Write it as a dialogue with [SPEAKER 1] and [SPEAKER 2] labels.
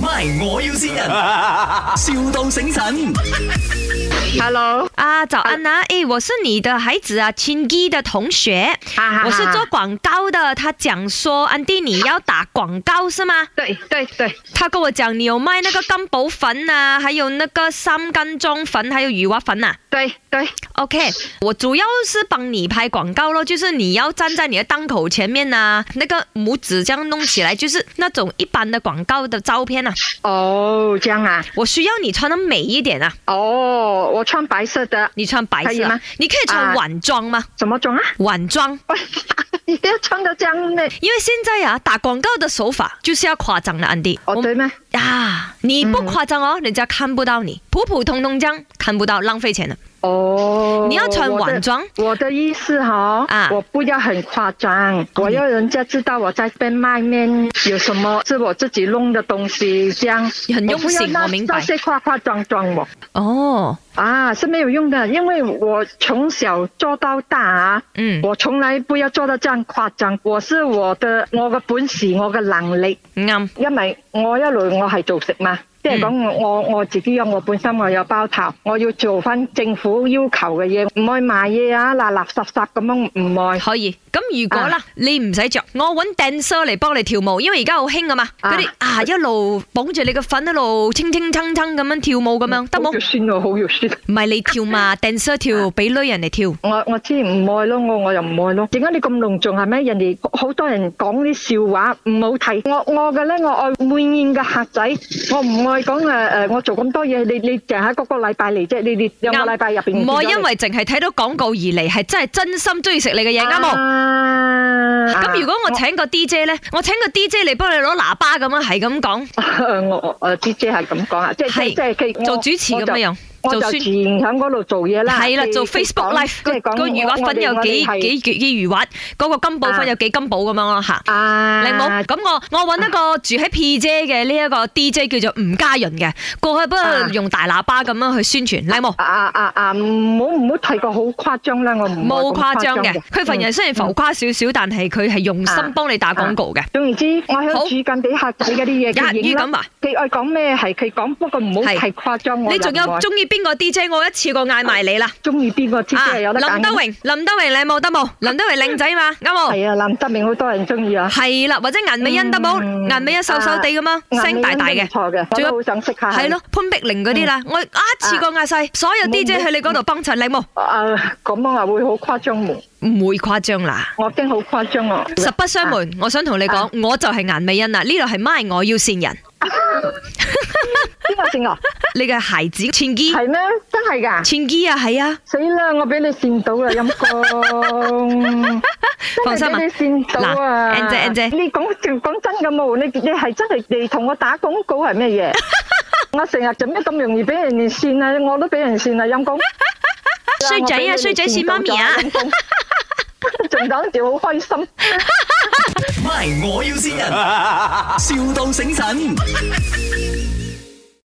[SPEAKER 1] MY，我要先人，,笑到醒神。
[SPEAKER 2] Hello，
[SPEAKER 3] 啊，早安呐、诶，我是你的孩子啊，青一的同学，
[SPEAKER 2] 哈哈哈
[SPEAKER 3] 我是做广告的。他讲说，安迪你要打广告是吗？
[SPEAKER 2] 对对对，
[SPEAKER 3] 他跟我讲你有卖那个金宝粉啊，还有那个三根钟粉，还有鱼蛙粉啊。
[SPEAKER 2] 对对
[SPEAKER 3] OK，我主要是帮你拍广告咯，就是你要站在你的档口前面呐、那个拇指这样弄起来，就是那种一般的广告的照片啊。
[SPEAKER 2] 哦，这样啊，
[SPEAKER 3] 我需要你穿的美一点啊，
[SPEAKER 2] 哦，我穿白色的，
[SPEAKER 3] 你穿白
[SPEAKER 2] 可以
[SPEAKER 3] 色啊
[SPEAKER 2] 吗，
[SPEAKER 3] 你可以穿
[SPEAKER 2] 啊
[SPEAKER 3] 晚装吗？
[SPEAKER 2] 怎么种啊？
[SPEAKER 3] 晚装。
[SPEAKER 2] 你不要穿的这样呢？
[SPEAKER 3] 因为现在啊，打广告的手法就是要夸张的，安迪。
[SPEAKER 2] 哦，
[SPEAKER 3] 我
[SPEAKER 2] 对吗？
[SPEAKER 3] 啊，你不夸张哦，人家看不到你，普普通通这样看不到，浪费钱了。
[SPEAKER 2] 哦，
[SPEAKER 3] 你要穿晚装
[SPEAKER 2] 我的。我的意思哈、
[SPEAKER 3] 啊
[SPEAKER 2] 我不要很夸张，我要人家知道我在边卖面有什么是我自己弄的东西，这样
[SPEAKER 3] 很
[SPEAKER 2] 我
[SPEAKER 3] 用心
[SPEAKER 2] 不要那
[SPEAKER 3] 我明白
[SPEAKER 2] 那些夸夸张张我
[SPEAKER 3] 哦，
[SPEAKER 2] 啊是没有用的，因为我从小做到大啊。
[SPEAKER 3] 嗯
[SPEAKER 2] 我從來不要做得這樣誇張，我是我的我嘅本事，我嘅能力，
[SPEAKER 3] 啱，
[SPEAKER 2] 因為我一路我係做食嘛，
[SPEAKER 3] 嗯
[SPEAKER 2] 即係講我我我自己有我本身，我有包頭，我要做翻政府要求嘅嘢，唔可以賣嘢啊，垃垃圾圾咁樣唔愛。
[SPEAKER 3] 可以。咁如果
[SPEAKER 2] 啊
[SPEAKER 3] 啦，你唔使着，我揾 dancer 嚟幫你跳舞，因為而家好興噶嘛，
[SPEAKER 2] 啊
[SPEAKER 3] 嗰啲啊一路綁住你個粉，一路清清蹭蹭咁樣跳舞咁樣，得冇？
[SPEAKER 2] 好肉
[SPEAKER 3] 唔
[SPEAKER 2] 酸喎，好肉酸！
[SPEAKER 3] 係你跳嘛，dancer
[SPEAKER 2] 啊
[SPEAKER 3] 跳，俾女人嚟跳。
[SPEAKER 2] 我我知唔愛咯，我我又唔愛咯。點解你咁隆重係咩？人哋好多人講啲笑話唔好睇。我我嘅咧，我愛滿宴嘅客仔，我唔愛講誒誒，我做咁多嘢，你你淨係嗰個禮拜嚟啫，你你兩個禮拜入邊
[SPEAKER 3] 唔可以因
[SPEAKER 2] 為
[SPEAKER 3] 為淨係睇到廣告而嚟，係真係真心中意食你嘅嘢，啱冇？
[SPEAKER 2] 啊
[SPEAKER 3] 咁如果我請個 DJ 咧，我請個 DJ 嚟幫你攞喇叭咁樣，係咁講，
[SPEAKER 2] 我我我誒 DJ 係咁講啊，即係即係
[SPEAKER 3] 係
[SPEAKER 2] 佢
[SPEAKER 3] 做主持咁樣樣，
[SPEAKER 2] 我就我就
[SPEAKER 3] 做宣
[SPEAKER 2] 自然喺嗰度做嘢啦。
[SPEAKER 3] 係啦，
[SPEAKER 2] 佢
[SPEAKER 3] 做
[SPEAKER 2] 佢
[SPEAKER 3] Facebook
[SPEAKER 2] 講
[SPEAKER 3] Live
[SPEAKER 2] 即係
[SPEAKER 3] 個
[SPEAKER 2] 講
[SPEAKER 3] 個魚滑粉有幾
[SPEAKER 2] 我哋
[SPEAKER 3] 幾幾幾魚滑，嗰個金寶粉有幾金寶咁樣咯嚇。
[SPEAKER 2] 啊？
[SPEAKER 3] 靚冇，咁我我揾一個住喺 P 姐嘅呢一個 DJ 叫做吳嘉潤嘅，過去不過
[SPEAKER 2] 啊
[SPEAKER 3] 用大喇叭咁樣去宣傳，靚冇？
[SPEAKER 2] 啊啊啊啊！唔好唔好睇過好誇張啦，我唔愛
[SPEAKER 3] 冇
[SPEAKER 2] 咁
[SPEAKER 3] 誇張嘅，佢份人
[SPEAKER 2] 嗯
[SPEAKER 3] 雖然浮誇少少，但係佢係用心
[SPEAKER 2] 啊
[SPEAKER 3] 幫你打廣告嘅。
[SPEAKER 2] 總言之，我喺
[SPEAKER 3] 好
[SPEAKER 2] 度煮緊俾客仔嗰啲嘢，佢
[SPEAKER 3] 一於
[SPEAKER 2] 影啦
[SPEAKER 3] 咁話。
[SPEAKER 2] 佢愛講咩係佢講，不過唔好
[SPEAKER 3] 係
[SPEAKER 2] 太誇張。我
[SPEAKER 3] 你仲有
[SPEAKER 2] 又唔愛
[SPEAKER 3] 中意邊個 DJ？我一次過嗌埋你啦。
[SPEAKER 2] 中意邊個知
[SPEAKER 3] 啊，
[SPEAKER 2] 係有得揀。
[SPEAKER 3] 林德榮，林德榮靚冇得 冇，林德榮靚仔嘛，啱冇？
[SPEAKER 2] 係啊，林德明好多人中意啊，
[SPEAKER 3] 係啦，或者顏美欣得冇？
[SPEAKER 2] 嗯
[SPEAKER 3] 顏美欣瘦瘦地咁啊，聲大大
[SPEAKER 2] 顏美
[SPEAKER 3] 嘅
[SPEAKER 2] 欣都唔。嗯錯嘅，我
[SPEAKER 3] 仲有
[SPEAKER 2] 都好想識下。
[SPEAKER 3] 係咯，，潘碧玲嗰啲啦，我一次過嗌晒所有
[SPEAKER 2] 冇
[SPEAKER 3] DJ
[SPEAKER 2] 冇
[SPEAKER 3] 去你嗰度幫襯，靚冇？
[SPEAKER 2] 啊咁樣啊會好誇張喎，
[SPEAKER 3] 唔會誇張啦。
[SPEAKER 2] 我驚好誇張啊。
[SPEAKER 3] 實不相瞞，我想同你講，我就係顏美欣啦。呢度係咪我要善人？
[SPEAKER 2] 邊個姓啊？
[SPEAKER 3] 你嘅孩子千基，
[SPEAKER 2] 係咩？真係㗎？
[SPEAKER 3] 千基啊，係啊，
[SPEAKER 2] 死啦！我俾你跣到啦，陰公。
[SPEAKER 3] 放心啊。
[SPEAKER 2] 真係俾你跣到啊
[SPEAKER 3] 嗱，Ann 姐，Ann 姐
[SPEAKER 2] 你講講真嘅冇，你你係真係你同我打廣告係 咩嘢？我成日做咩咁容易俾人哋跣啊？我都俾人跣啊，陰公。
[SPEAKER 3] 衰仔啊，衰仔跣媽咪啊！
[SPEAKER 2] 陰 公！仲講住好開心。
[SPEAKER 1] MY，我要先人，,笑到醒神。